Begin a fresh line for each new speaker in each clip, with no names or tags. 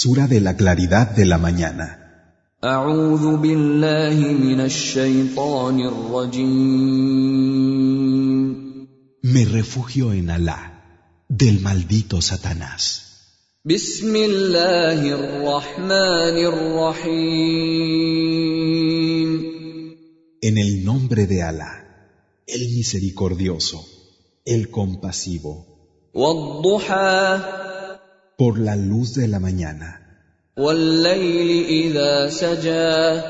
Sura de la claridad de la mañana.
أعوذ بالله من الشيطان الرجيم
Me refugio en Alá, del maldito Satanás.
بسم الله الرحمن الرحيم
En el nombre de Alá, el misericordioso, el compasivo,
والضحى
por la luz de la mañana,
والليل إذا سجى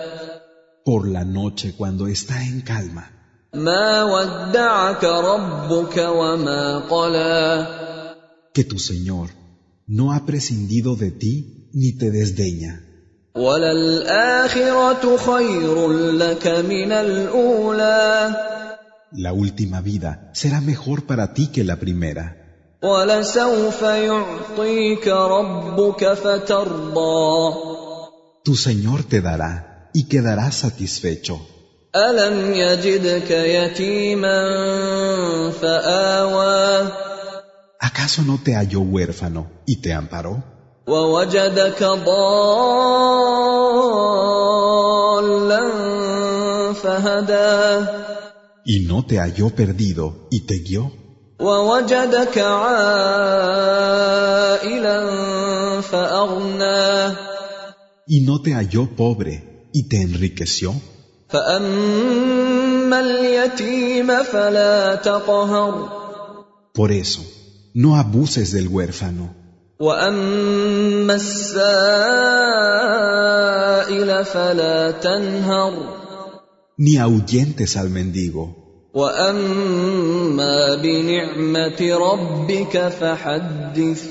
por la noche cuando está en calma.
ما ودعك ربك وما قلى
Que tu Señor no ha prescindido de ti ni te desdeña.
وللآخرة خير لك من الأولى
La última vida será mejor para ti que la primera.
ولسوف يعطيك ربك فترضى
Tu Señor te dará y quedarás satisfecho.
الم يجدك يتيما فاوى
¿Acaso no te halló huérfano y te amparó?
ووجدك ضالا فهدى
¿Y no te halló perdido y te guió?
ووجدك عائلا فاغنى
¿Y no te halló pobre y te enriqueció?
فاما اليتيم فلا تقهر
Por eso, no abuses del huérfano,
واما السائل فلا تنهر
ni ahuyentes al mendigo,
واما بنعمه ربك فحدث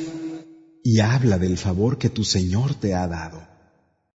y habla del favor que tu Señor te ha dado.